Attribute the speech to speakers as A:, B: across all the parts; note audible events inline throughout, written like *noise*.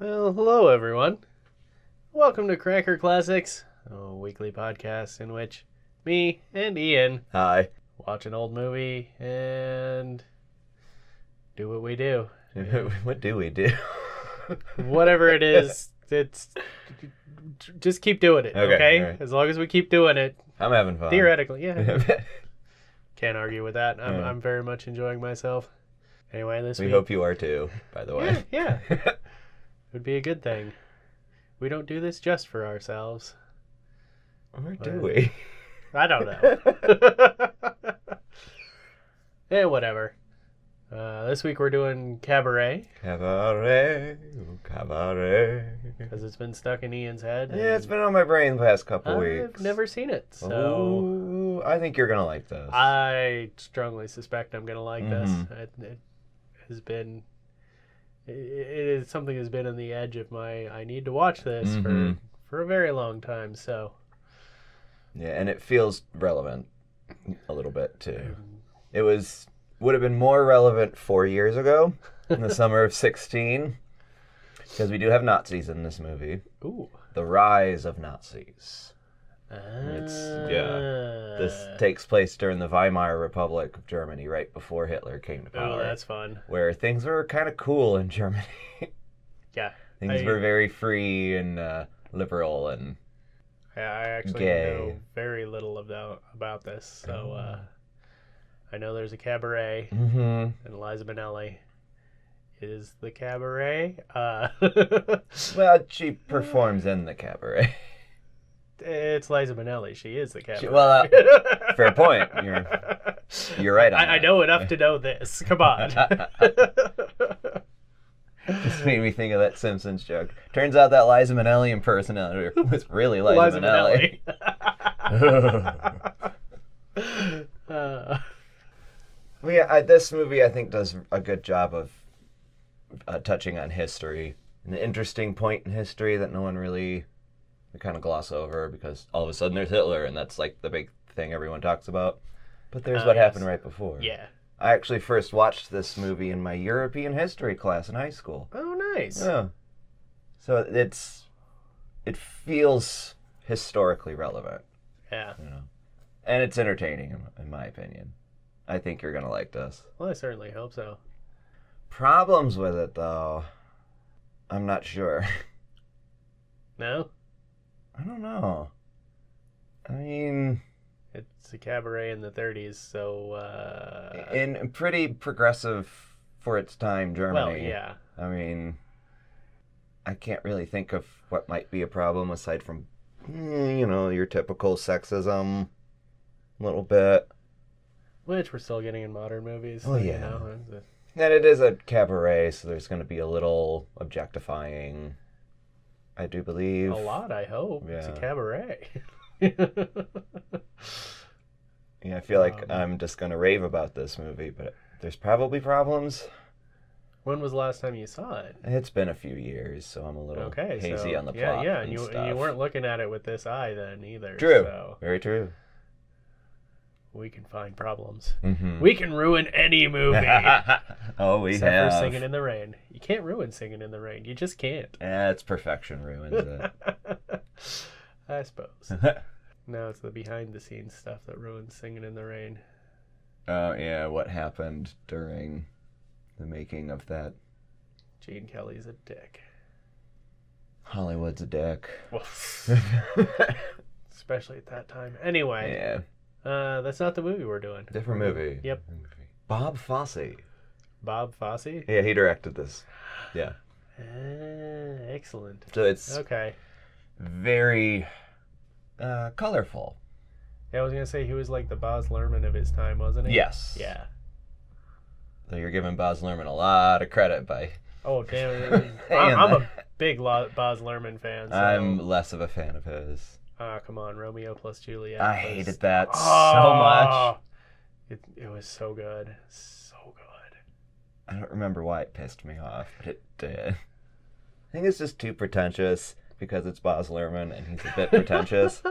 A: Well, hello everyone. Welcome to Cracker Classics, a weekly podcast in which me and Ian
B: Hi. *laughs*
A: watch an old movie and do what we do.
B: what do we do?
A: Whatever it is, it's just keep doing it, okay?
B: Okay, alright.
A: As long as we keep doing it,
B: *laughs* I'm having fun.
A: theoretically,
B: *laughs*
A: yeah.
B: we
A: Can't argue with that. I'm,
B: Yeah.
A: I'm very much enjoying myself. Anyway, this week
B: hope you are too, by the
A: yeah,
B: way. *laughs*
A: yeah, would be a good thing. We don't do this just for ourselves.
B: or do
A: Well,
B: we?
A: I don't
B: *laughs*
A: know. eh, whatever. Uh, this week we're doing Cabaret
B: Cabaret, cabaret.
A: because it's been stuck in Ian's head.
B: Yeah, it's
A: and
B: been on my brain the past couple
A: I've
B: weeks. Oh.
A: never seen it, so
B: Ooh, I think you're gonna like this.
A: I strongly suspect I'm gonna like
B: Mhm.
A: this. It, it has been. It it is something has been on the edge of my. I need to watch this for
B: Mhm.
A: for a very long time. So
B: Yeah, and it feels relevant a little bit
A: Mm.
B: too. It was would have been more relevant four years ago,
A: *laughs*
B: in the summer of sixteen, because we do have Nazis in this movie.
A: ooh,
B: The rise of Nazis.
A: Ah. yeah.
B: This takes place during the Weimar Republic of Germany, right before Hitler came to
A: oh,
B: power,
A: that's fun.
B: where things were kind of cool in Germany. *laughs*
A: Yeah.
B: things
A: I-
B: were very free and uh, liberal, and
A: I, I actually
B: Gay.
A: know very little about about this, so uh,
B: Mm.
A: I know there's a cabaret,
B: Mhm.
A: and Eliza Minnelli is the cabaret. Uh, *laughs*
B: well, she performs in the cabaret. *laughs*
A: it's Liza Minnelli. She is the
B: She-
A: cabaret.
B: well, uh, fair point. You're- you're right on
A: I, *laughs* I
B: that. *laughs*
A: know enough to know this. Come on. *laughs*
B: just made me think of that Simpsons joke. Turns out that Liza Minnelli impersonator *laughs* was really Liza,
A: Liza
B: Minnelli.
A: Minnelli. *laughs* uh,
B: Well, yeah, I, this movie I think does a good job of uh, touching on history, an interesting point in history that no one really we kind of gloss over because all of a sudden there's Hitler and that's like the big thing everyone talks about. But there's
A: Oh,
B: what
A: yes.
B: happened right before.
A: yeah.
B: I actually first watched this movie in my European history class in high school.
A: Oh, nice.
B: Yeah. So it's it feels historically relevant,
A: Yeah.
B: you know, and it's entertaining in, in my opinion. I think you're gonna like this.
A: Well, I certainly hope so.
B: Problems with it though, I'm not sure. *laughs*
A: No,
B: I don't know. I mean,
A: it's a cabaret in the 30s, so uh,
B: in pretty progressive for its time Germany.
A: well, yeah,
B: I mean, I can't really think of what might be a problem aside from, mm, you know, your typical sexism, a little bit.
A: which we're still getting in modern movies.
B: Oh,
A: you
B: yeah.
A: know, it's a-
B: And it is a cabaret, so there's going to be a little objectifying. I do believe.
A: a lot. I hope it's a
B: Yeah.
A: cabaret. *laughs*
B: Yeah, I feel like
A: Um,
B: I'm just going to rave about this movie, but there's probably problems.
A: when was the last time you saw it?
B: It's been a few years, so I'm a little
A: Okay,
B: hazy
A: so,
B: on the
A: yeah,
B: plot.
A: yeah,
B: and
A: and you
B: stuff.
A: and you weren't looking at it with this eye then either.
B: True.
A: So
B: Very true.
A: we can find problems.
B: Mm-hmm.
A: We can ruin any movie.
B: oh, *laughs* we
A: Except
B: have.
A: for Singing in the Rain. You can't ruin Singing in the Rain. You just can't.
B: Yeah, it's perfection ruins it.
A: *laughs* I suppose. *laughs* No, it's the behind the scenes stuff that ruins Singing in the Rain.
B: *laughs* Oh yeah, what happened during the making of that?
A: Gene Kelly's a dick.
B: Hollywood's a dick. *laughs*
A: Well, especially at that time. Anyway,
B: yeah,
A: uh, that's not the movie we're doing.
B: different movie.
A: Yep.
B: Bob Fosse.
A: Bob Fosse?
B: Yeah, he directed this. Yeah.
A: Ah, excellent.
B: So it's
A: Okay.
B: very uh, colorful.
A: Yeah, I was going to say he was like the Boz Lerman of his time, wasn't he?
B: Yes.
A: Yeah.
B: So you're giving Boz Lerman a lot of credit by.
A: Oh,
B: *laughs*
A: damn. it. I-
B: Damn
A: I'm a
B: that.
A: big Lo- Boz Lerman fan. So,
B: I'm less of a fan of his.
A: Ah, come on. Romeo plus Juliet.
B: I
A: was-
B: hated that so much.
A: Ah, It, it was so good. So good.
B: I don't remember why it pissed me off, but it did. *laughs* I think it's just too pretentious because it's Boz
A: *laughs*
B: Lerman and he's a bit pretentious.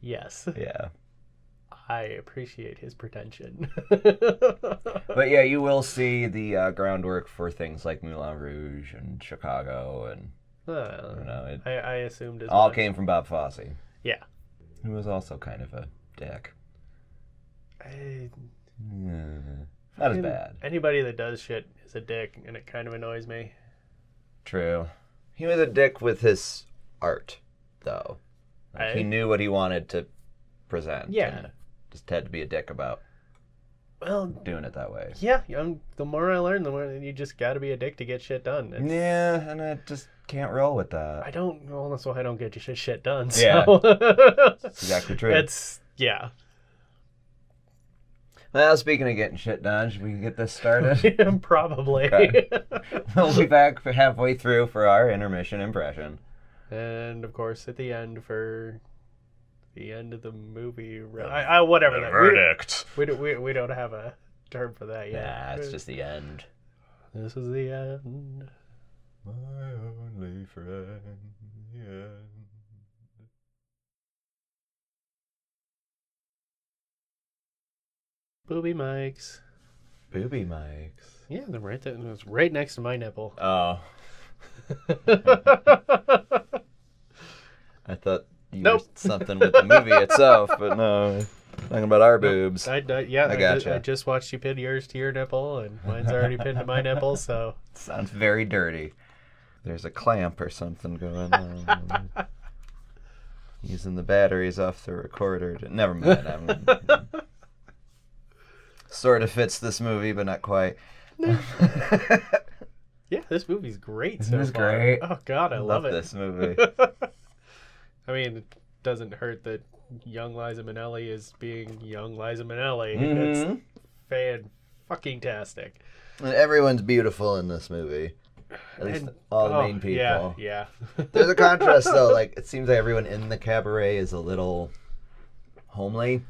A: yes.
B: yeah.
A: I appreciate his
B: *laughs*
A: pretension.
B: But yeah, you will see the uh, groundwork for things like Moulin Rouge and Chicago, and I don't
A: Uh,
B: know, it
A: I, I assumed as
B: all
A: much.
B: came from Bob Fosse,
A: Yeah.
B: who was also kind of a dick.
A: I-
B: Yeah. Not as
A: fucking-
B: bad.
A: Anybody that does shit is a dick, and it kind of annoys me.
B: True. He was a dick with his art, though. Like,
A: I-
B: he knew what he wanted to present.
A: Yeah.
B: and Just had to be a dick about
A: Well,
B: doing it that way.
A: yeah. I'm, the more I learn, the more you just got to be a dick to get shit done. It's-
B: Yeah, and I just can't roll with that.
A: I don't. Well, that's why I don't get shit shit done. So.
B: Yeah.
A: exactly *laughs*
B: exactly true.
A: That's
B: *laughs*
A: yeah.
B: Well, speaking of getting shit done, should we get
A: *laughs*
B: this started?
A: Probably.
B: Okay.
A: *laughs*
B: we'll be back for halfway through for our intermission impression.
A: and of course, at the end for the end of the movie, re- I, I whatever that. We,
B: verdict.
A: we, don't- we, we don't have a term for that yet.
B: Yeah, it's just the end.
A: this is the end.
B: My only friend.
A: Booby mics.
B: Booby mics.
A: Yeah, they're right there. It's right next to my nipple. *laughs*
B: Oh, I thought you
A: Nope.
B: were *laughs* something with the movie itself, but no. Talking about our boobs.
A: I, I- yeah, I, ju-
B: gotcha.
A: I just watched you pin yours to your nipple, and mine's already pinned to my nipple. So
B: Sounds very dirty. There's a clamp or something going
A: *laughs*
B: on. Using the batteries off the recorder. To, never mind. I'm,
A: *laughs*
B: sort of fits this movie, but
A: *laughs*
B: not quite. *laughs*
A: yeah, this movie's great.
B: Isn't
A: so
B: this
A: far.
B: great?
A: Oh God, I, love, it. *laughs*
B: this movie.
A: I mean, it doesn't hurt that young Liza Minnelli is being young Liza Minnelli. *laughs* That's
B: Mhm.
A: fan fucking tastic.
B: And everyone's beautiful in this movie. At least
A: And-
B: all the
A: oh,
B: main people.
A: Yeah,
B: *laughs*
A: yeah. *laughs*
B: There's a contrast though. Like it seems like everyone in the cabaret is a little homely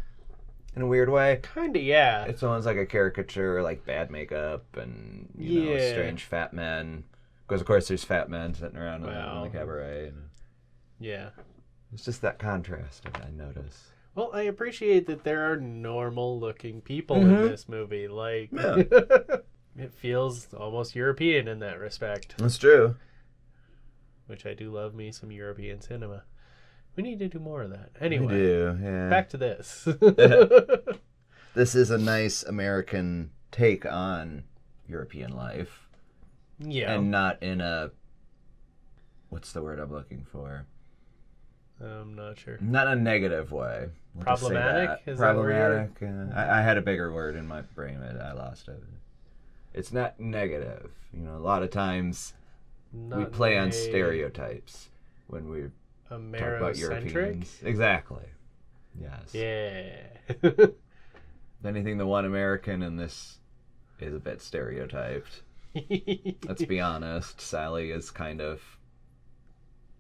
B: in a weird way.
A: Kinda, yeah.
B: It's almost like a caricature, like bad makeup and you know
A: Yeah.
B: strange fat men. Because of course there's fat men sitting around in, the, in
A: Well.
B: the cabaret. And
A: yeah.
B: it's just that contrast that I notice.
A: Well, I appreciate that there are normal looking people in
B: Mhm.
A: this movie. Like,
B: Yeah.
A: *laughs* it feels almost European in that respect,
B: That's true.
A: which I do love me some European cinema. We need to do more of that.
B: We
A: Anyway,
B: do. Yeah.
A: back to this.
B: *laughs*
A: *laughs*
B: This is a nice American take on European life.
A: yeah.
B: and not in a what's the word I'm looking for?
A: I'm not sure.
B: Not in a negative way. We'll just say
A: Problematic?
B: that.
A: Is that where you're-
B: Problematic. uh, I, I had a bigger word in my brain, but I lost it. It's not negative. You know, a lot of times we
A: Not
B: play on
A: a
B: stereotypes when we talk about
A: Amerocentric.
B: Europeans. Exactly. Yes.
A: Yeah. *laughs*
B: If anything, the one American in this is a bit stereotyped. Let's
A: *laughs*
B: be honest. Sally is kind of.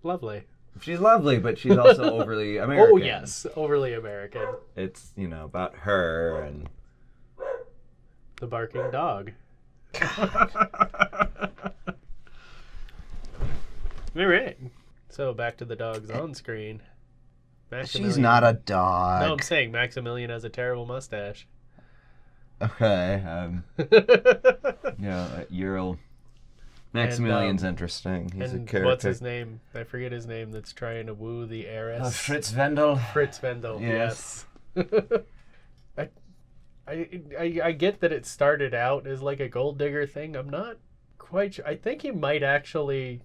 A: Lovely.
B: She's lovely, but she's also overly American.
A: *laughs* Oh yes, overly American.
B: it's you know about her and
A: The barking
B: *laughs*
A: dog. All right. So back to the dogs on screen. Maximilian-
B: a
A: No, I'm
B: dog.
A: saying Maximilian has a terrible mustache.
B: Okay, um,
A: and
B: you know, uh, Ural Maximilian's interesting. He's a character.
A: what's his name? I forget his name. That's trying to woo the heiress.
B: Uh, Fritz Wendel.
A: Fritz Wendel. Yes.
B: Yes.
A: *laughs* I, I, I, I get that it started out as like a gold digger thing. I'm not quite sure. I think he might actually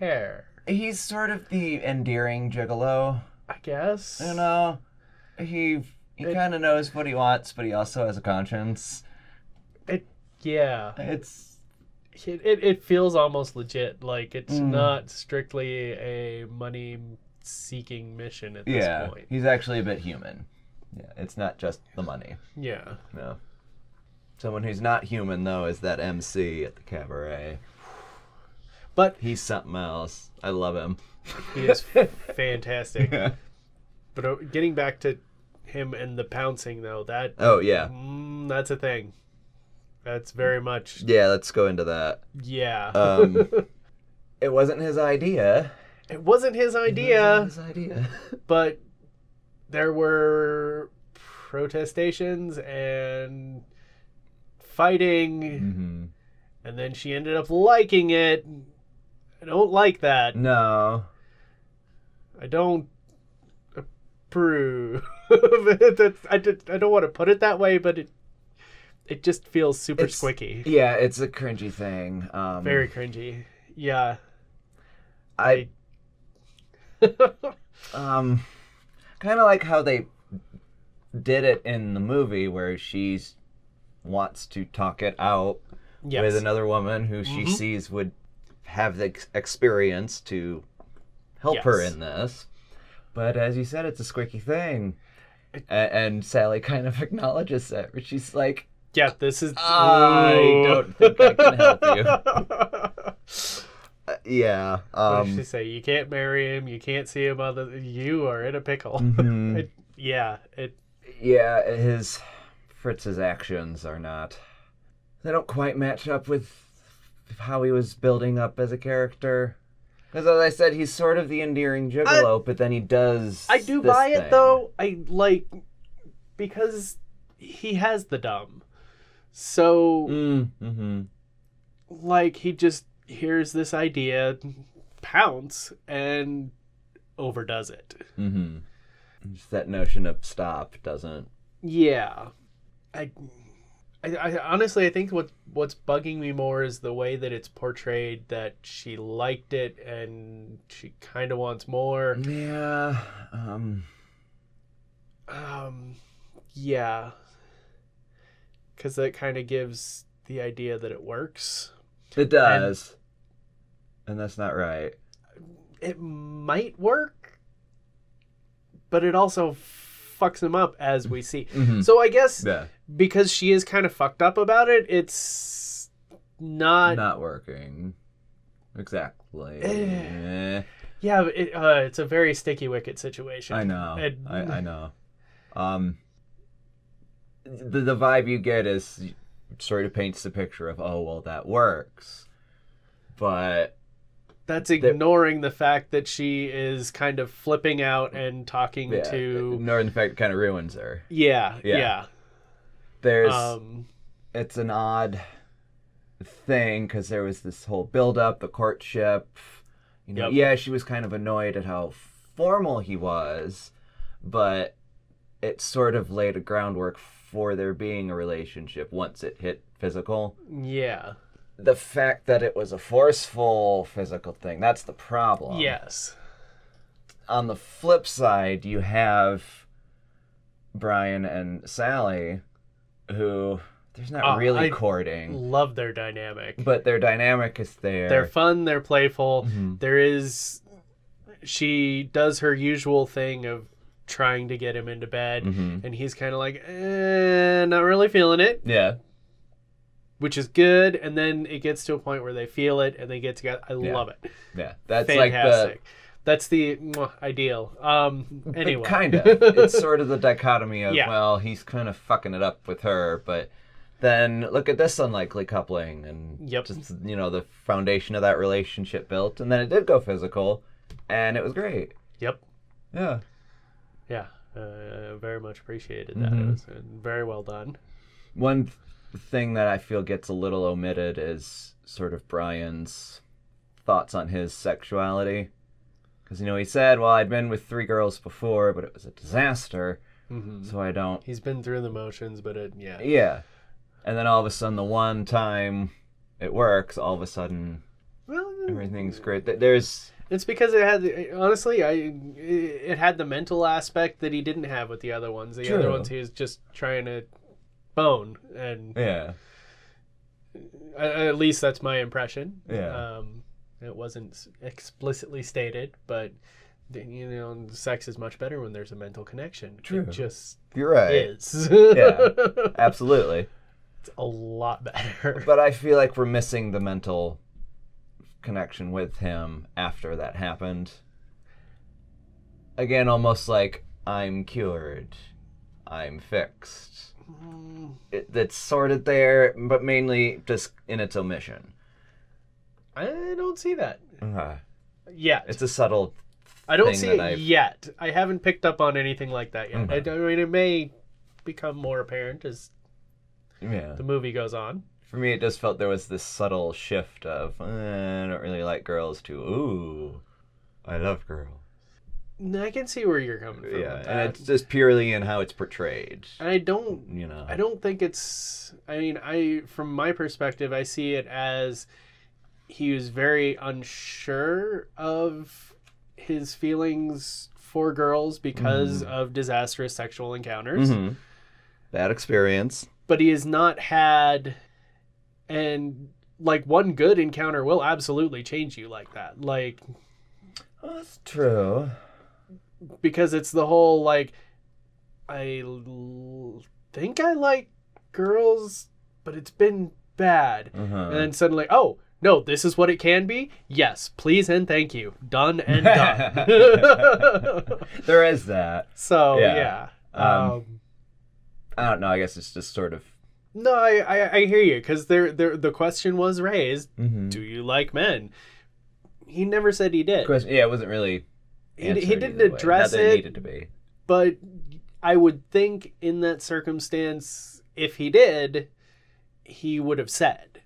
A: care.
B: He's sort of the endearing gigolo.
A: I guess.
B: You know, he he kind of knows what he wants, but he also has a conscience.
A: Yeah.
B: It's
A: It, it, it feels almost legit. Like it's
B: Mm.
A: not strictly a money seeking mission at this
B: yeah,
A: point.
B: he's actually a bit human. Yeah, it's not just the money.
A: Yeah.
B: No. Someone who's not human though is that MC at the cabaret.
A: But-
B: he's something else. I love him.
A: He
B: *laughs*
A: is fantastic. But uh, getting back to him and the pouncing though, that
B: oh yeah.
A: Mm, that's a thing. That's very much
B: Yeah, let's go into that.
A: yeah. *laughs*
B: Um it wasn't his idea.
A: it wasn't his
B: It
A: idea,
B: wasn't his idea.
A: but there were pr- protestations and fighting,
B: *laughs* Mm-hmm.
A: and then she ended up liking it. I don't like that.
B: No.
A: I don't approve. *laughs* That's- I, did- I don't want to put it that way, but it it just feels super
B: It's- e-,
A: squicky,
B: Yeah, it's a cringy thing. Um,
A: very cringy. Yeah. *laughs*
B: I um, kind of like how they did it in the movie where she's wants to talk it out
A: yes.
B: with another woman who she
A: Mhm.
B: sees would have the ex- experience to help her
A: Yes.
B: in this. But as you said, it's a squeaky thing.
A: It-
B: A- and Sally kind of *laughs* acknowledges that, but she's like,
A: yeah, this is.
B: I don't think I can help
A: *laughs* you.
B: uh, yeah.
A: What did she
B: Um,
A: say? You can't marry him. You can't see him. Other you are in a pickle. *laughs*
B: *laughs* mhm.
A: It- yeah, it.
B: yeah, his Fritz's actions are not. They don't quite match up with how he was building up as a character. Because as I said, he's sort of the endearing gigolo, but then he does.
A: I do
B: this
A: buy it
B: thing.
A: though. I like because he has the dumb. So
B: Mm, mm-hmm.
A: like he just hears this idea, pounce and overdoes it.
B: Mm-hmm. Just that notion of stop doesn't.
A: Yeah, I, I, I honestly I think what what's bugging me more is the way that it's portrayed that she liked it and she kind of wants more.
B: Yeah. Um.
A: Um, yeah, because that kind of gives the idea that it works.
B: It does. And, that's not right.
A: It might work, but it also fucks him up as we see.
B: Mm-hmm.
A: So I guess
B: Yeah.
A: because she is kind of fucked up about it, it's not.
B: not working. Exactly.
A: Eh. Yeah, but it, uh, it's a very sticky wicket situation.
B: I know.
A: It-
B: I, I know. Um, the the vibe you get is sort of paints the picture of oh well that works, but
A: That's ignoring the fact that she is kind of flipping out and talking
B: yeah,
A: to.
B: Northern Fact kind of ruins her.
A: Yeah, yeah.
B: Yeah. There's
A: Um,
B: it's an odd thing because there was this whole build up, the courtship. You know,
A: Yep.
B: yeah, she was kind of annoyed at how formal he was, but it sort of laid a groundwork for there being a relationship once it hit physical.
A: yeah.
B: The fact that it was a forceful physical thing, that's the problem.
A: yes.
B: On the flip side, you have Brian and Sally who there's not
A: Oh,
B: really
A: I-
B: courting.
A: Love their dynamic.
B: but their dynamic is there.
A: They're fun, they're playful.
B: Mhm.
A: There is. She does her usual thing of trying to get him into bed,
B: Mhm.
A: and he's kind of like, eh, not really feeling it.
B: Yeah,
A: which is good. And then it gets to a point where they feel it and they get together. I
B: Yeah.
A: love it.
B: yeah. That's
A: Fantastic.
B: like
A: That's the mwah, ideal. Um.
B: the
A: Anyway,
B: kind of. It's sort of the dichotomy of
A: Yeah.
B: well, he's kind of fucking it up with her, but then look at this unlikely coupling and
A: Yep.
B: just you know the foundation of that relationship built, and then it did go physical, and it was great.
A: yep.
B: Yeah.
A: Yeah. Uh, very much appreciated that. It
B: Mhm.
A: was uh, very well done.
B: One th- thing that I feel gets a little omitted is sort of Brian's thoughts on his sexuality. Because, you know, he said, well, I'd been with three girls before, but it was a disaster,
A: hmm
B: so I don't.
A: He's been through the motions, but it, yeah.
B: Yeah. And then all of a sudden, the one time it works, all of a sudden
A: Well,
B: everything's great. Th- There's.
A: it's because it had the- honestly, I it had the mental aspect that he didn't have with the other ones. The other
B: True.
A: ones, he was just trying to bone, and
B: Yeah.
A: a- at least that's my impression.
B: Yeah.
A: Um, it wasn't s- explicitly stated, but the- you know, sex is much better when there's a mental connection.
B: True.
A: It just
B: You're right.
A: is. *laughs*
B: Yeah. Absolutely.
A: it's a lot better.
B: But I feel like we're missing the mental connection with him after that happened. Again, almost like I'm cured, I'm fixed.
A: Mm,
B: It, it's sort of there, but mainly just in its omission.
A: *laughs* I don't see that
B: Uh,
A: yet.
B: it's a subtle.
A: I don't
B: thing
A: see
B: that
A: it
B: I've-
A: yet. I haven't picked up on anything like that yet. I,
B: Okay.
A: I mean, it may become more apparent as
B: Yeah.
A: the movie goes on.
B: For me, it just felt there was this subtle shift of, eh, I don't really like girls, to, ooh, I love girls.
A: And I can see where you're coming from.
B: Yeah.
A: with
B: And
A: that.
B: it's just purely in how it's portrayed.
A: And I don't
B: You know.
A: I don't think it's. I mean, I from my perspective, I see it as he was very unsure of his feelings for girls because
B: Mm-hmm.
A: of disastrous sexual encounters.
B: Mhm. Bad experience.
A: But he has not had, and like one good encounter will absolutely change you like that. Like
B: Oh, that's true.
A: because it's the whole like I l- think I like girls, but it's been bad.
B: Uh-huh. *laughs*
A: and then suddenly, oh no, this is what it can be. Yes, please and thank you. Done *laughs* and
B: *laughs*
A: done.
B: there is that.
A: so
B: Yeah.
A: yeah,
B: Um,
A: Um,
B: I don't know. I guess it's just sort of.
A: no, I, I I hear you because there there the question was raised:
B: Mm-hmm.
A: Do you like men? He never said he did.
B: yeah, it wasn't really.
A: He, he
B: answered
A: didn't
B: either way.
A: address
B: Not that
A: it,
B: needed to be.
A: but I would think in that circumstance, if he did, he would have said,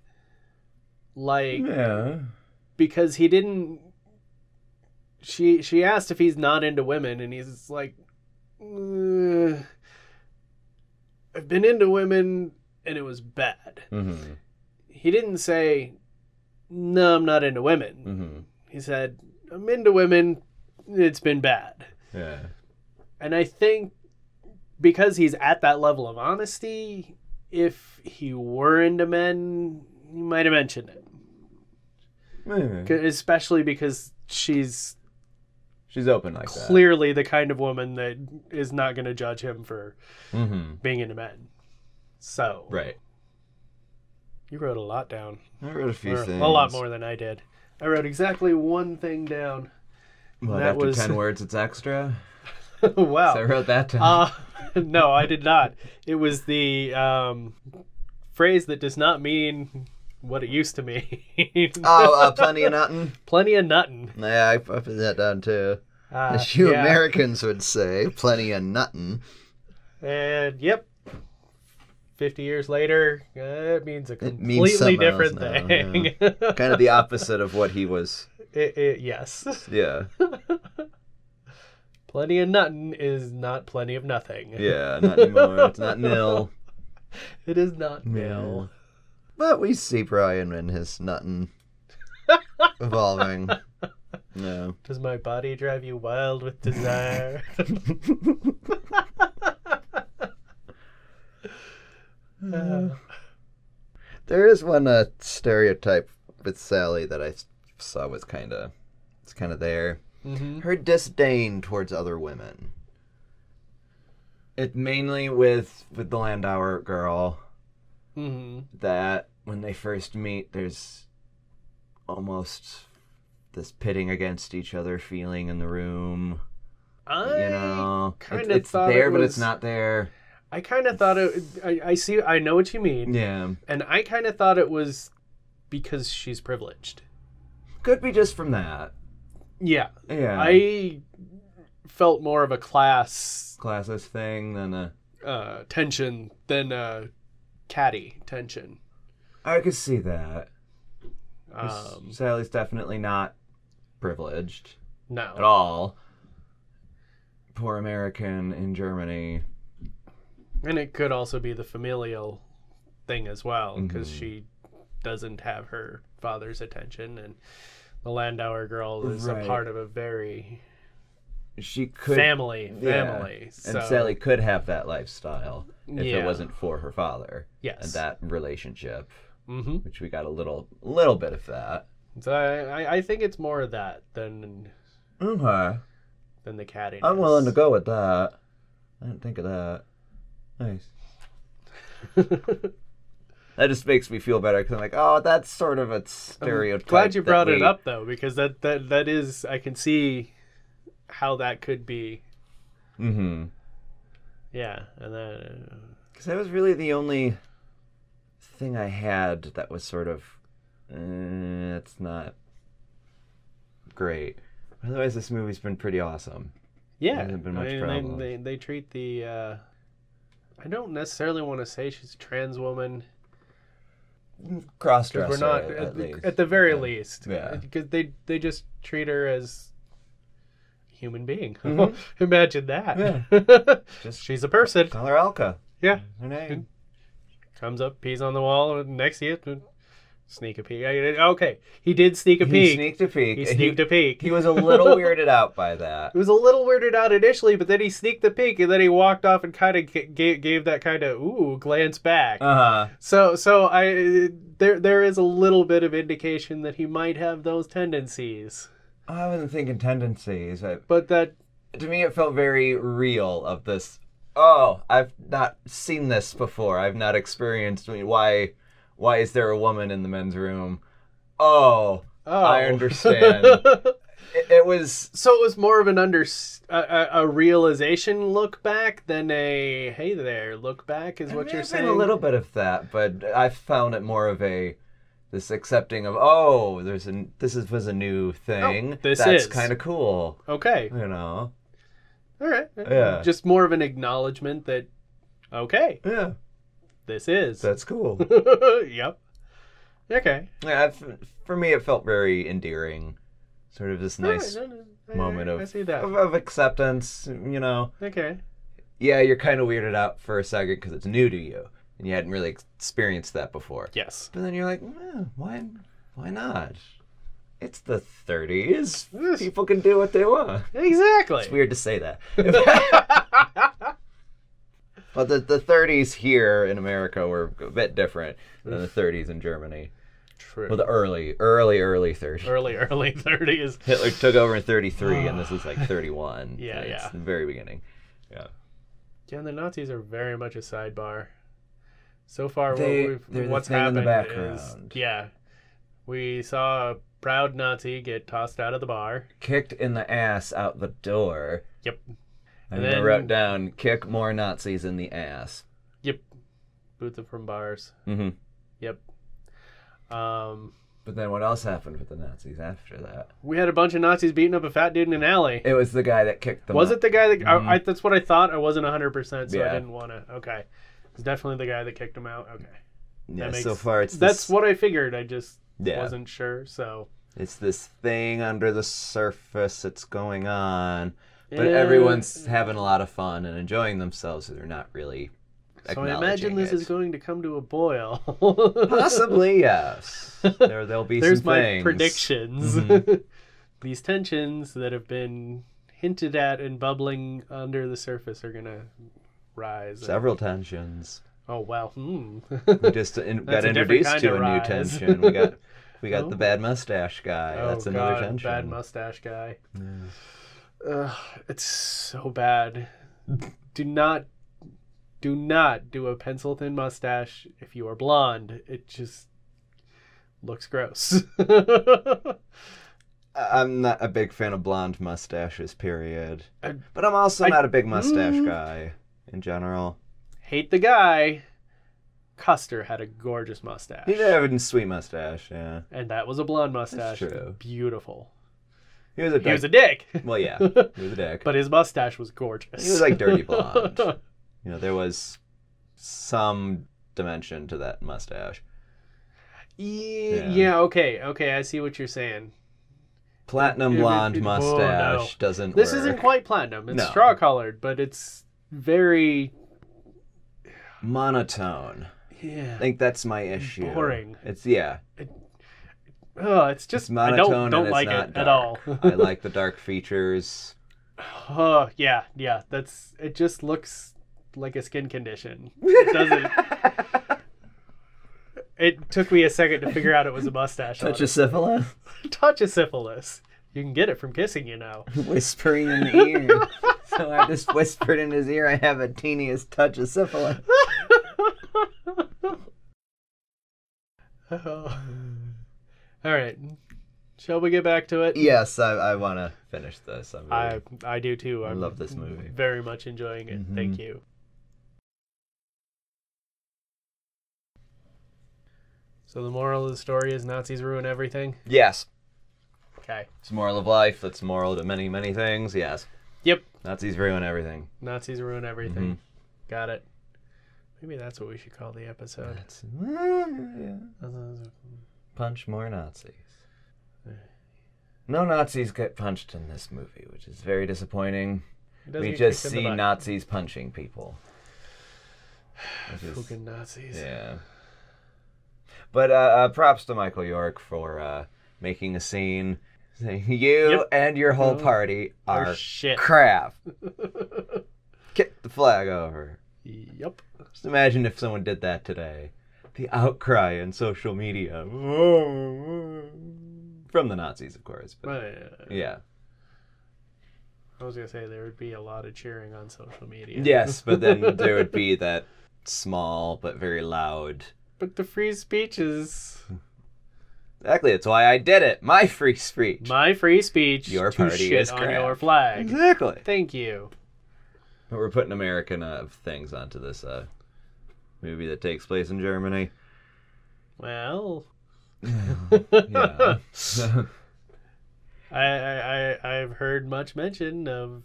A: like.
B: Yeah.
A: because he didn't she she asked if he's not into women and he's like "Uh, I've been into women and it was bad.
B: Mm-hmm.
A: He didn't say no, I'm not into women.
B: Mm-hmm.
A: He said I'm into women, it's been bad.
B: Yeah.
A: And I think because he's at that level of honesty, if he were into men, he might have mentioned it. C-
B: Mm-hmm.
A: Especially because she's
B: She's open like
A: clearly the kind of woman that is not going to judge him for
B: that. Mm-hmm.
A: being into men. So
B: Right.
A: you wrote a lot down,
B: I wrote a few
A: Or
B: things.
A: a lot more than I did. I wrote exactly one thing down. *laughs*
B: What,
A: That
B: after
A: was- Oh.
B: ten words, it's
A: *laughs*
B: extra. So I
A: wow.
B: wrote that down.
A: Uh, *laughs* no, I did not. It was the um, phrase that does not mean what it used to mean.
B: oh,
A: *laughs*
B: uh, plenty of nothing.
A: Plenty of nuttin'.
B: Yeah, I put that down too.
A: Uh,
B: As you
A: yeah.
B: Americans would say, plenty of nothing.
A: And yep. 50 years later, uh, it means a
B: means
A: completely
B: something else
A: different
B: now,
A: thing.
B: Kind of the opposite of what he was.
A: *laughs* It- it- yes.
B: Yeah.
A: Plenty of nothing is not plenty of nothing.
B: Yeah. Not anymore. It's not nil.
A: It is not nil.
B: But we see Brian and his nothing evolving. No.
A: Does my body drive you wild with desire? *laughs* Uh,
B: *laughs* There is one uh, stereotype with Sally that I s- saw was kind of, it's kind of there.
A: mhm.
B: Her disdain towards other women. It mainly with with the Landauer girl
A: Mhm.
B: that when they first meet, there's almost this pitting against each other feeling in the room.
A: I,
B: You know, It-
A: kinda
B: it's
A: thought
B: there,
A: it
B: but it's
A: was-
B: not there.
A: I kind of thought it. I, I see. I know what you mean,
B: Yeah,
A: and I kind of thought it was because she's privileged.
B: could be just from that.
A: Yeah,
B: Yeah,
A: I felt more of a class
B: classist thing than a.
A: uh, tension than a caddy tension.
B: I could see that. S-
A: Um,
B: Sally's definitely not privileged at
A: no,
B: all. Poor American in Germany.
A: and it could also be the familial thing as well because
B: Mhm.
A: she doesn't have her father's attention, and the Landauer girl is
B: Right.
A: a part of a very
B: She could.
A: family
B: yeah.
A: family. So,
B: And Sally could have that lifestyle if
A: Yeah.
B: it wasn't for her father
A: yes,
B: and that relationship,
A: hmm
B: which we got a little little bit of that.
A: So I, I- I think it's more of that than
B: Okay.
A: than the caddy.
B: I'm
A: *laughs*
B: willing to go with that. I didn't think of that. Nice. That just makes me feel better because I'm like, oh, that's sort of a stereotype.
A: Glad you
B: that
A: brought it
B: we-
A: up though, because that that that is I can see how that could be.
B: Mhm.
A: Yeah, and then uh,
B: Because that was really the only thing I had that was sort of, eh, it's not great. Otherwise, this movie's been pretty awesome.
A: yeah,
B: hasn't been much
A: I mean,
B: problem.
A: they, they they treat the uh, I don't necessarily want to say she's a trans woman.
B: Cross
A: 'cause
B: dresser.
A: we're not
B: at,
A: at,
B: at
A: the,
B: least.
A: at the very
B: Yeah.
A: least.
B: Yeah.
A: Because they they just treat her as a human being.
B: Mhm.
A: *laughs* Imagine that. *laughs*
B: Just
A: she's a person.
B: call her Alka.
A: Yeah.
B: Her name.
A: Comes up, pees on the wall, and next to you, sneak a peek. Okay, he did sneak a
B: He
A: peek.
B: sneaked a peek.
A: He
B: He-
A: sneaked a peek.
B: he was a *laughs* little weirded out by that.
A: It was a little weirded out initially, but then he sneaked the peek, and then he walked off and kind of gave, gave that kind of ooh glance back.
B: Uh huh.
A: so, so I there there is a little bit of indication that he might have those tendencies,
B: I wasn't thinking tendencies. I,
A: but that
B: to me, it felt very real. Of this, oh, I've not seen this before. I've not experienced. I mean, why? Why is there a woman in the men's room? Oh,
A: oh.
B: I *laughs* understand. it, it was.
A: *laughs* so it was more of an under a, a, a realization look back than a hey there look back is
B: there
A: what
B: may
A: you're
B: have been
A: saying.
B: A little bit of that, but I found it more of a this accepting of oh, there's an this is, was a new thing.
A: this
B: That's
A: is."
B: kind of cool.
A: Okay,
B: You know.
A: all right.
B: Yeah.
A: Just more of an acknowledgement that okay,
B: Yeah,
A: this is.
B: that's cool.
A: *laughs* yep. Okay.
B: Yeah, f- for me, it felt very endearing. Sort of this nice
A: Alright, no, no, I-
B: moment
A: I-
B: of,
A: I see that.
B: of of acceptance. You know,
A: Okay.
B: yeah, you're kind of weirded out for a second because it's new to you and you hadn't really experienced that before.
A: Yes.
B: But then you're like, eh, why? Why not? It's the 30s.
A: Yes.
B: People can do what they want.
A: Exactly.
B: It's weird to say that. but the, the 30s here in America were a bit different than the 30s in Germany.
A: True.
B: Well, the early, early, early 30s.
A: early, *laughs* early thirties.
B: Hitler took over in 33, and this
A: *sighs*
B: is like 31.
A: Yeah,
B: It's
A: yeah.
B: The very beginning.
A: Yeah, and the Nazis are very much a sidebar. So far,
B: They-
A: what
B: they're
A: we've,
B: the
A: what's
B: thing in
A: happened
B: the
A: is
B: background.
A: yeah, we saw a proud Nazi get tossed out of the bar.
B: Kicked in the ass out the door.
A: Yep.
B: And
A: And
B: I
A: then-
B: wrote down, kick more Nazis in the ass.
A: Yep. Boot them from bars.
B: Mm-hmm.
A: Yep. Um,
B: But then what else happened with the Nazis after that?
A: we had a bunch of Nazis beating up a fat dude in an alley.
B: It was the guy that kicked the
A: was it the guy that
B: Mhm.
A: I, I, that's what I thought. I wasn't 100%, so I
B: Yeah.
A: didn't want to. Okay. It's definitely the guy that kicked him out. Okay.
B: Yeah,
A: that
B: so
A: makes-
B: far it's
A: That's
B: this,
A: what I figured. I just
B: Yeah.
A: wasn't sure. So
B: it's this thing under the surface that's going on, but everyone's having a lot of fun and enjoying themselves, so they're not really.
A: So I imagine
B: acknowledging
A: this
B: it.
A: is going to come to a boil. *laughs*
B: Possibly yes. There there'll be
A: There's
B: some
A: my
B: things.
A: predictions.
B: Mhm.
A: *laughs* These tensions that have been hinted at and bubbling under the surface are gonna rise.
B: Several tensions.
A: Oh wow. Hmm. *laughs*
B: We just in,
A: That's
B: got
A: a different
B: introduced
A: kind
B: to
A: of
B: a new
A: rise.
B: tension. We got we
A: *laughs*
B: got
A: Oh.
B: the bad mustache guy.
A: oh
B: That's another
A: god,
B: tension.
A: bad mustache guy. Ugh, it's so bad. Do not, do not do a pencil thin mustache if you are blonde. It just looks gross. *laughs*
B: I- I'm not a big fan of blonde mustaches. Period.
A: I-
B: but I'm also
A: I-
B: not a big mustache
A: Mm.
B: guy in general.
A: Hate the guy. Custer had a gorgeous mustache.
B: He did have a sweet mustache. Yeah,
A: And that was a blonde mustache.
B: true.
A: Beautiful.
B: he was a.
A: He
B: Dick.
A: was a dick,
B: *laughs* well, yeah, he was a
A: *laughs*
B: dick.
A: but his mustache was gorgeous.
B: He was like dirty blonde. you know, there was some dimension to that mustache.
A: *laughs* Ye-
B: Yeah.
A: yeah. okay, okay, I see what you're saying.
B: Platinum
A: It- it-
B: blonde
A: it- oh, no.
B: mustache doesn't.
A: This
B: work.
A: isn't quite platinum. It's
B: No.
A: straw colored, but it's very
B: monotone.
A: yeah.
B: I think that's my issue.
A: Boring.
B: It's yeah.
A: Oh, it's just
B: It's monotone.
A: I don't
B: and
A: don't
B: it's
A: like
B: not
A: it
B: dark.
A: at all.
B: *laughs* I
A: *laughs*
B: like the dark *laughs* features.
A: oh yeah, yeah. That's it. Just looks like a skin condition. It doesn't.
B: *laughs*
A: it took me a second to figure out it was a mustache.
B: Touch
A: on
B: of syphilis.
A: it. touch of syphilis. You can get it from kissing, you
B: *laughs*
A: know.
B: *laughs*
A: *laughs*
B: Whispering in the ear. so I just whispered in his ear, I have a teeniest touch of syphilis.
A: Oh. All right, shall we get back to it?
B: Yes, I, I want to finish this. I'm really-
A: I I do too.
B: I
A: I'm
B: love this movie.
A: Very much enjoying it. Thank
B: Mhm.
A: you. So the moral of the story is Nazis ruin everything.
B: Yes.
A: Okay.
B: It's moral of life. That's moral to many, many things. Yes.
A: Yep.
B: Nazis ruin everything. Mm-hmm.
A: Nazis ruin everything. Got it. Maybe that's what we should call the episode.
B: That's, "Ah, yeah.
A: That's
B: Punch more Nazis. No Nazis get punched in this movie, which is very disappointing. we just see Nazis
A: *sighs*
B: punching people. Which is-
A: Fucking Nazis.
B: yeah. But uh, uh, props to Michael York for uh, making a scene. saying, You
A: Yep.
B: and your whole
A: Oh.
B: party
A: Or
B: are
A: shit. *laughs*
B: crap. Get the flag over.
A: yep.
B: Just imagine if someone did that today. The outcry in social media. From the Nazis, of course. But
A: But, uh,
B: yeah.
A: I was gonna say there would be a lot of cheering on social media.
B: Yes, but then there would be that small but very loud.
A: *laughs* But the free speech is
B: Exactly, that's why I did it. My *laughs* free speech.
A: my free speech.
B: Your
A: to
B: party
A: shit
B: is
A: on
B: crap.
A: your flag.
B: *laughs* Exactly.
A: Thank you.
B: But we're putting American uh, things onto this uh, movie that takes place in Germany.
A: Well,
B: *laughs* Yeah. *laughs*
A: *laughs* I, I, I I've heard much mention of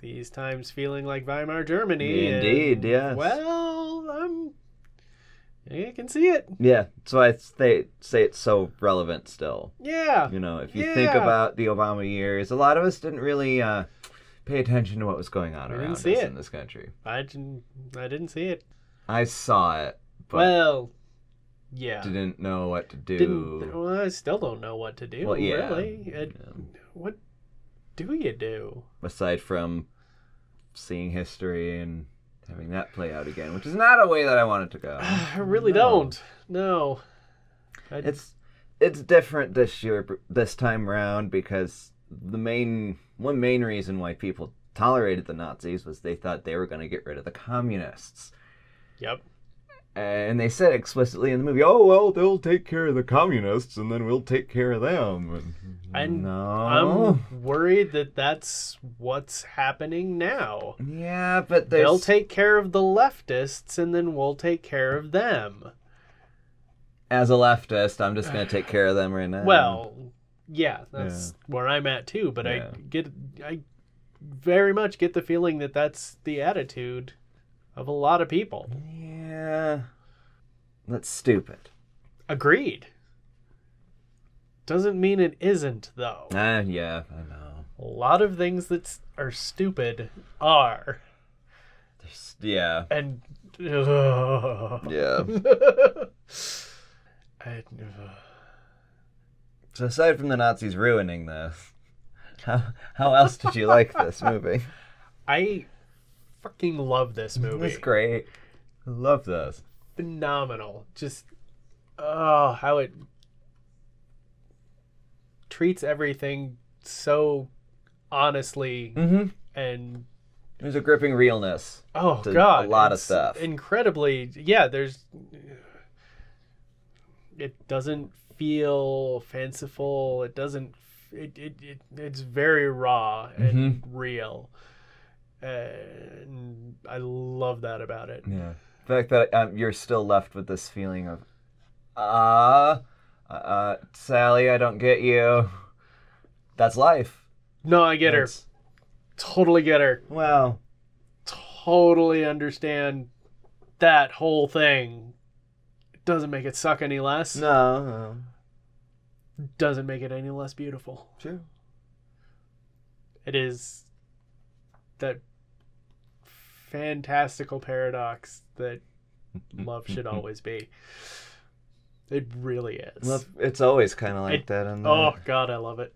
A: these times feeling like Weimar Germany. and,
B: Indeed, yes.
A: Well, I'm. I can see it.
B: yeah, that's why I say, say it's so relevant still.
A: Yeah.
B: You know, if you think
A: Yeah.
B: about the Obama years, a lot of us didn't really uh, pay attention to what was going on
A: We didn't
B: around us
A: see it.
B: in this country.
A: I didn't. I didn't see it.
B: I saw it, but
A: well, yeah.
B: didn't know what to do.
A: Didn't. Well, I still don't know what to do.
B: Well, yeah.
A: Really. It-
B: Yeah.
A: What do you do?
B: aside from seeing history and having that play out again, which is not a way that I want it to go.
A: *sighs* I really
B: No.
A: don't. No. I,
B: It's it's different this year, this time around, because the main one main reason why people tolerated the Nazis was they thought they were going to get rid of the communists.
A: Yep.
B: And they said explicitly in the movie, "Oh well, they'll take care of the communists, and then we'll take care of them." And
A: I'm-
B: no,
A: I'm worried that that's what's happening now.
B: yeah, but there's
A: They'll take care of the leftists, and then we'll take care of them.
B: as a leftist, I'm just going to take care of them right now.
A: well, yeah, that's where I'm at too. But
B: Yeah.
A: I get, I very much get the feeling that that's the attitude of a lot of people.
B: Yeah. That's stupid.
A: Agreed. Doesn't mean it isn't though.
B: Ah, yeah, I know.
A: A lot of things that s- are stupid are.
B: There's, yeah.
A: And. ugh.
B: Yeah.
A: I-
B: so aside from the Nazis ruining this, how, how else did you like *laughs* this movie?
A: I fucking love this
B: It
A: movie.
B: was great. I love this.
A: Phenomenal. Just. Oh, how it treats everything so honestly
B: Mm-hmm.
A: and
B: There's a gripping realness.
A: Oh
B: to a
A: god,
B: lot of
A: it's
B: stuff.
A: Incredibly, yeah. There's, it doesn't feel fanciful. It doesn't. It it, it it's very raw and
B: Mm-hmm.
A: real, and I love that about it.
B: Yeah. The fact that um, you're still left with this feeling of, ah, uh, uh, Sally, I don't get you. That's life.
A: No, I get her.
B: That's-
A: Totally get her.
B: Well,
A: Totally understand that whole thing. It doesn't make it suck any less.
B: no. no.
A: Doesn't make it any less beautiful.
B: Sure.
A: it is that fantastical paradox that
B: Mm-hmm.
A: love should always be. It really is.
B: Well, it's always kind of like
A: It-
B: that. In there.
A: oh god, I love it.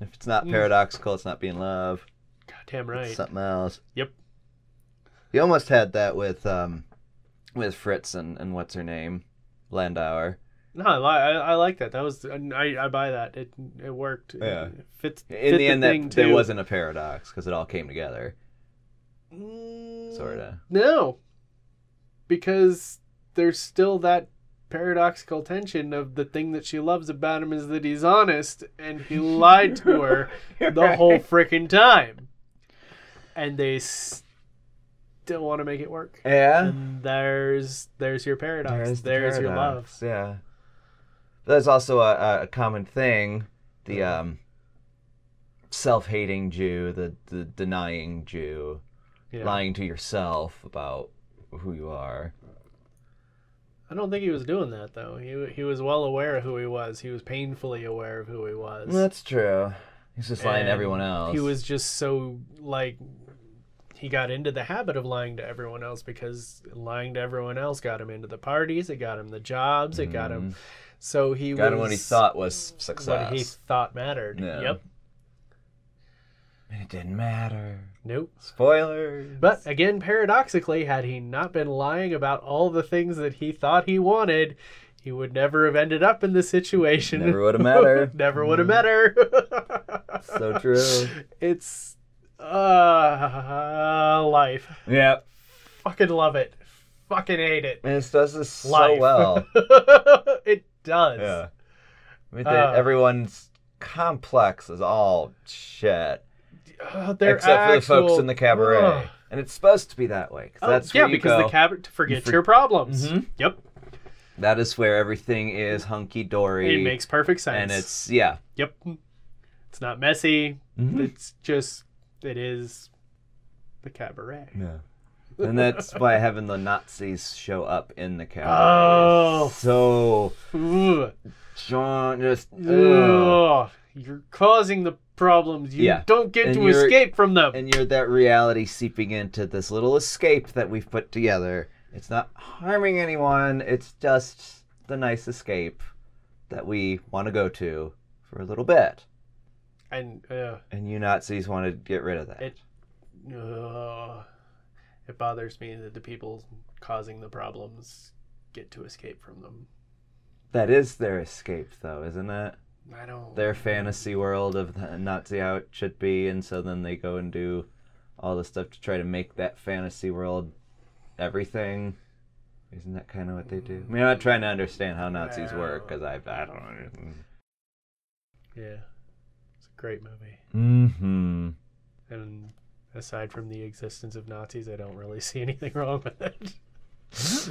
B: If it's not
A: Mm.
B: paradoxical, it's not being love.
A: Goddamn
B: It's
A: right.
B: something else.
A: Yep.
B: You almost had that with um, with Fritz and, and what's her name, Landauer.
A: No, I, li- I, I like that. That was I, I buy that. It it worked. It
B: Yeah.
A: fits
B: In
A: fit
B: the end,
A: thing,
B: that there
A: too.
B: wasn't a paradox because it all came together,
A: Mm,
B: sort of.
A: No, because there's still that paradoxical tension of the thing that she loves about him is that he's honest and
B: *laughs*
A: he lied to her. the whole freaking time. And they still want to make it work.
B: yeah.
A: And there's there's your paradox. There's,
B: Mm. the
A: your
B: paradox,
A: love.
B: Yeah. There's also a, a common thing, the um, self-hating Jew, the the denying Jew.
A: Yeah.
B: lying to yourself about who you are.
A: I don't think he was doing that though. He he was well aware of who he was. He was painfully aware of who he was.
B: That's true. He's just lying
A: And
B: to everyone else.
A: He was just so like he got into the habit of lying to everyone else because lying to everyone else got him into the parties, it got him the jobs, it got him. So he
B: Mm-hmm. got
A: was
B: him what he thought was
A: what
B: success.
A: he thought mattered.
B: Yeah.
A: Yep.
B: And it didn't matter.
A: Nope.
B: Spoilers.
A: But again, paradoxically, had he not been lying about all the things that he thought he wanted, he would never have ended up in this situation.
B: Never
A: *laughs*
B: would've met her.
A: never would have met her. *laughs*
B: so true.
A: It's uh life.
B: yeah.
A: Fucking love it. Fucking hate it.
B: And it does this so
A: Life. *laughs*
B: well.
A: it does.
B: yeah. With
A: Uh.
B: that everyone's complex is all shit.
A: Oh, they're
B: except for the folks
A: actual-
B: in the cabaret.
A: Ugh.
B: And it's supposed to be that way. 'cause
A: Oh,
B: that's
A: yeah,
B: where you
A: because
B: go.
A: the cabaret to forget
B: for-
A: your problems.
B: Mhm.
A: Yep,
B: That is where everything is hunky dory.
A: it makes perfect sense.
B: and it's yeah.
A: yep, it's not messy.
B: Mhm.
A: It's just it is the cabaret.
B: Yeah. *laughs* And that's why having the Nazis show up in the cabaret.
A: Oh.
B: is So
A: Ugh.
B: John just ugh.
A: Ugh. You're causing the problems. You
B: Yeah.
A: don't get
B: And
A: to
B: you're-
A: escape from them.
B: and you're that reality seeping into this little escape that we've put together. It's not harming anyone. It's just the nice escape that we want to go to for a little bit.
A: And, uh,
B: And you Nazis want to get rid of that.
A: It- uh, it bothers me that the people causing the problems get to escape from them.
B: that is their escape, though, isn't it?
A: I don't.
B: Their fantasy world of the Nazi how it should be, and so then they go and do all the stuff to try to make that fantasy world everything. Isn't that kind of what they do? I mean, I'm not trying to understand how Nazis work because I, I don't.
A: Yeah, it's a great movie.
B: Mm-hmm.
A: And aside from the existence of Nazis, I don't really *laughs* see anything wrong with it.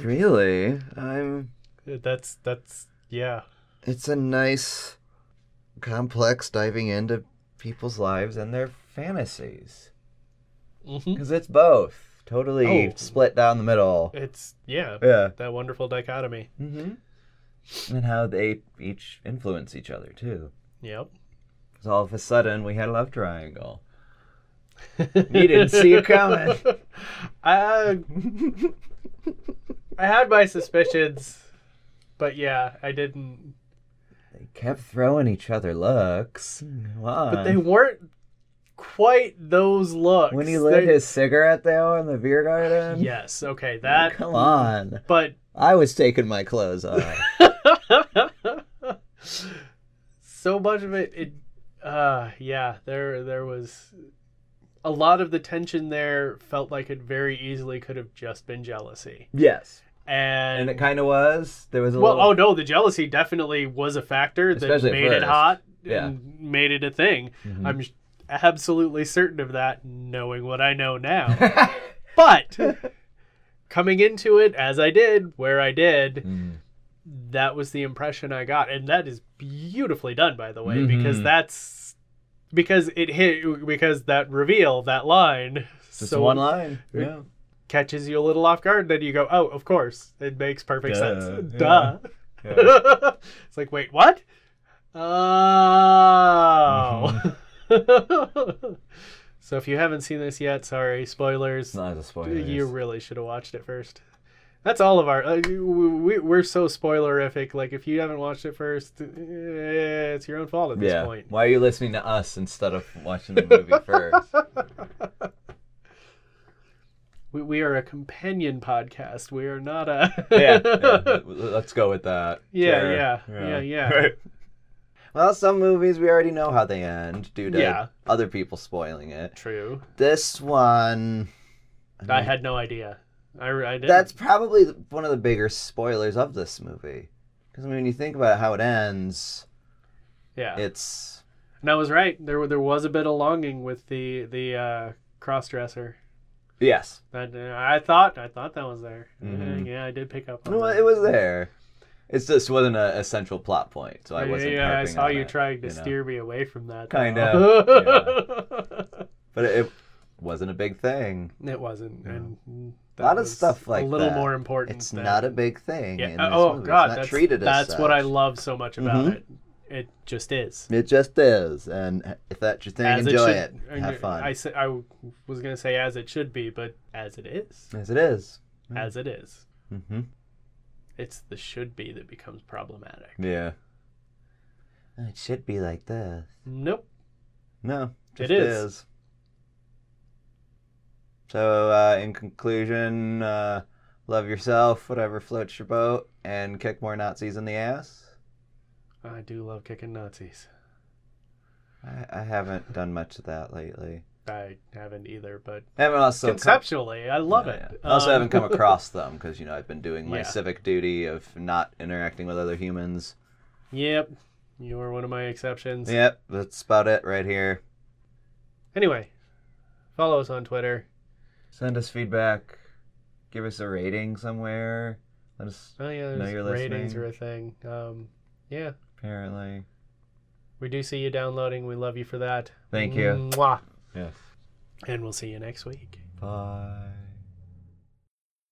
A: *laughs*
B: Really, I'm.
A: That's that's yeah.
B: It's a nice, complex diving into people's lives and their fantasies
A: Mm-hmm.
B: because it's both totally
A: Oh.
B: split down the middle.
A: It's yeah.
B: Yeah.
A: That wonderful dichotomy.
B: Mm-hmm. And how they each influence each other too. *laughs*
A: Yep.
B: Because all of a sudden we had a love triangle. You didn't see it coming.
A: *laughs* I I had my suspicions, but yeah, I didn't.
B: They kept throwing each other looks. Why?
A: But they weren't quite those looks.
B: when he lit
A: They-
B: his cigarette though in the beer garden.
A: Yes. Okay. That.
B: *laughs* Come on.
A: But *laughs*
B: I was taking my clothes off.
A: so much of it, it uh yeah there there was a lot of the tension there felt like it very easily could have just been jealousy
B: yes.
A: and,
B: And it kind of was. There was a
A: well
B: little.
A: oh no the jealousy definitely was a factor that
B: Especially at
A: made it
B: first.
A: hot
B: Yeah.
A: and made it a thing
B: Mhm.
A: oh,
B: *laughs*
A: i'm sh- absolutely certain of that knowing what i know now but
B: *laughs*
A: coming into it as i did where i did
B: Mhm.
A: that was the impression I got, and that is beautifully done, by the way,
B: Mhm.
A: because that's because it hit because that reveal that line
B: Just
A: so uh,
B: one line.
A: it-
B: Yeah.
A: catches you a little off guard. Then you go, oh, of course, it makes perfect
B: Duh,
A: sense.
B: yeah.
A: Duh. *laughs*
B: yeah.
A: it's like, wait, what?
B: Mm-hmm.
A: Oh. *laughs* so if you haven't seen this yet, sorry, spoilers.
B: It's not a spoiler.
A: You really should have watched it first. That's all of our. Uh, we, we're so spoilerific. Like, if you haven't watched it first, eh, it's your own fault at this
B: yeah.
A: point.
B: Why are you listening to us instead of watching
A: *laughs*
B: the movie first?
A: We, we are a companion podcast. We are not a. *laughs*
B: yeah, yeah, let's go with that.
A: Yeah,
B: Sure.
A: yeah, yeah,
B: *laughs*
A: yeah.
B: well, some movies we already know how they end due to
A: Yeah.
B: other people spoiling it.
A: True.
B: This one, Mm-hmm.
A: I had no idea. I, re- I didn't.
B: that's probably one of the bigger spoilers of this movie. Because I mean, when you think about how it ends,
A: yeah.
B: it's
A: and I was right. There wa- there was a bit of longing with the the uh, cross dresser.
B: yes,
A: That uh, I thought I thought that was there. Uh,
B: Mhm.
A: yeah, I did pick up. on
B: well,
A: that.
B: it was there. It just wasn't a, a central plot point, so I
A: Yeah,
B: wasn't.
A: Yeah, I
B: harping
A: saw
B: on
A: you
B: it,
A: trying to
B: you know.
A: steer me away from that. *laughs*
B: Kind
A: though.
B: But it, wasn't a big thing.
A: It wasn't. And that
B: lot of
A: was
B: stuff like
A: a little
B: that.
A: more important.
B: It's
A: than-
B: not a big thing.
A: Yeah.
B: in
A: uh,
B: this
A: oh
B: movie. It's
A: God,
B: not
A: that's,
B: treated as
A: that's what I
B: such.
A: love so much about
B: Mhm.
A: it. It just is.
B: It just is, and if that's your thing,
A: As
B: enjoy it.
A: should-
B: Have fun.
A: I, sa- I w- was gonna say as it should be, but as it is,
B: As it is.
A: as it is,
B: Mm-hmm.
A: it's the should be that becomes problematic.
B: Yeah. It should be like this.
A: Nope.
B: No,
A: It
B: just
A: is.
B: So, uh, in conclusion, uh, love yourself, whatever floats your boat, and kick more Nazis in the ass.
A: I do love kicking Nazis.
B: I, I haven't done much of that lately.
A: I haven't either, but
B: I haven't also come-
A: conceptually, I love
B: Yeah,
A: it.
B: yeah. I also
A: Um,
B: haven't
A: *laughs*
B: come across them because you know I've been doing my
A: Yeah.
B: civic duty of not interacting with other humans.
A: Yep, you were one of my exceptions.
B: Yep, that's about it right here.
A: Anyway, follow us on Twitter.
B: Send us feedback. Give us a rating somewhere. Let us
A: Oh yeah,
B: Know
A: there's
B: you're
A: ratings
B: listening.
A: are a thing. Um, yeah,
B: apparently.
A: we do see you downloading. We love you for that.
B: Thank you.
A: Mwah.
B: Yes.
A: And we'll see you next week.
B: Bye.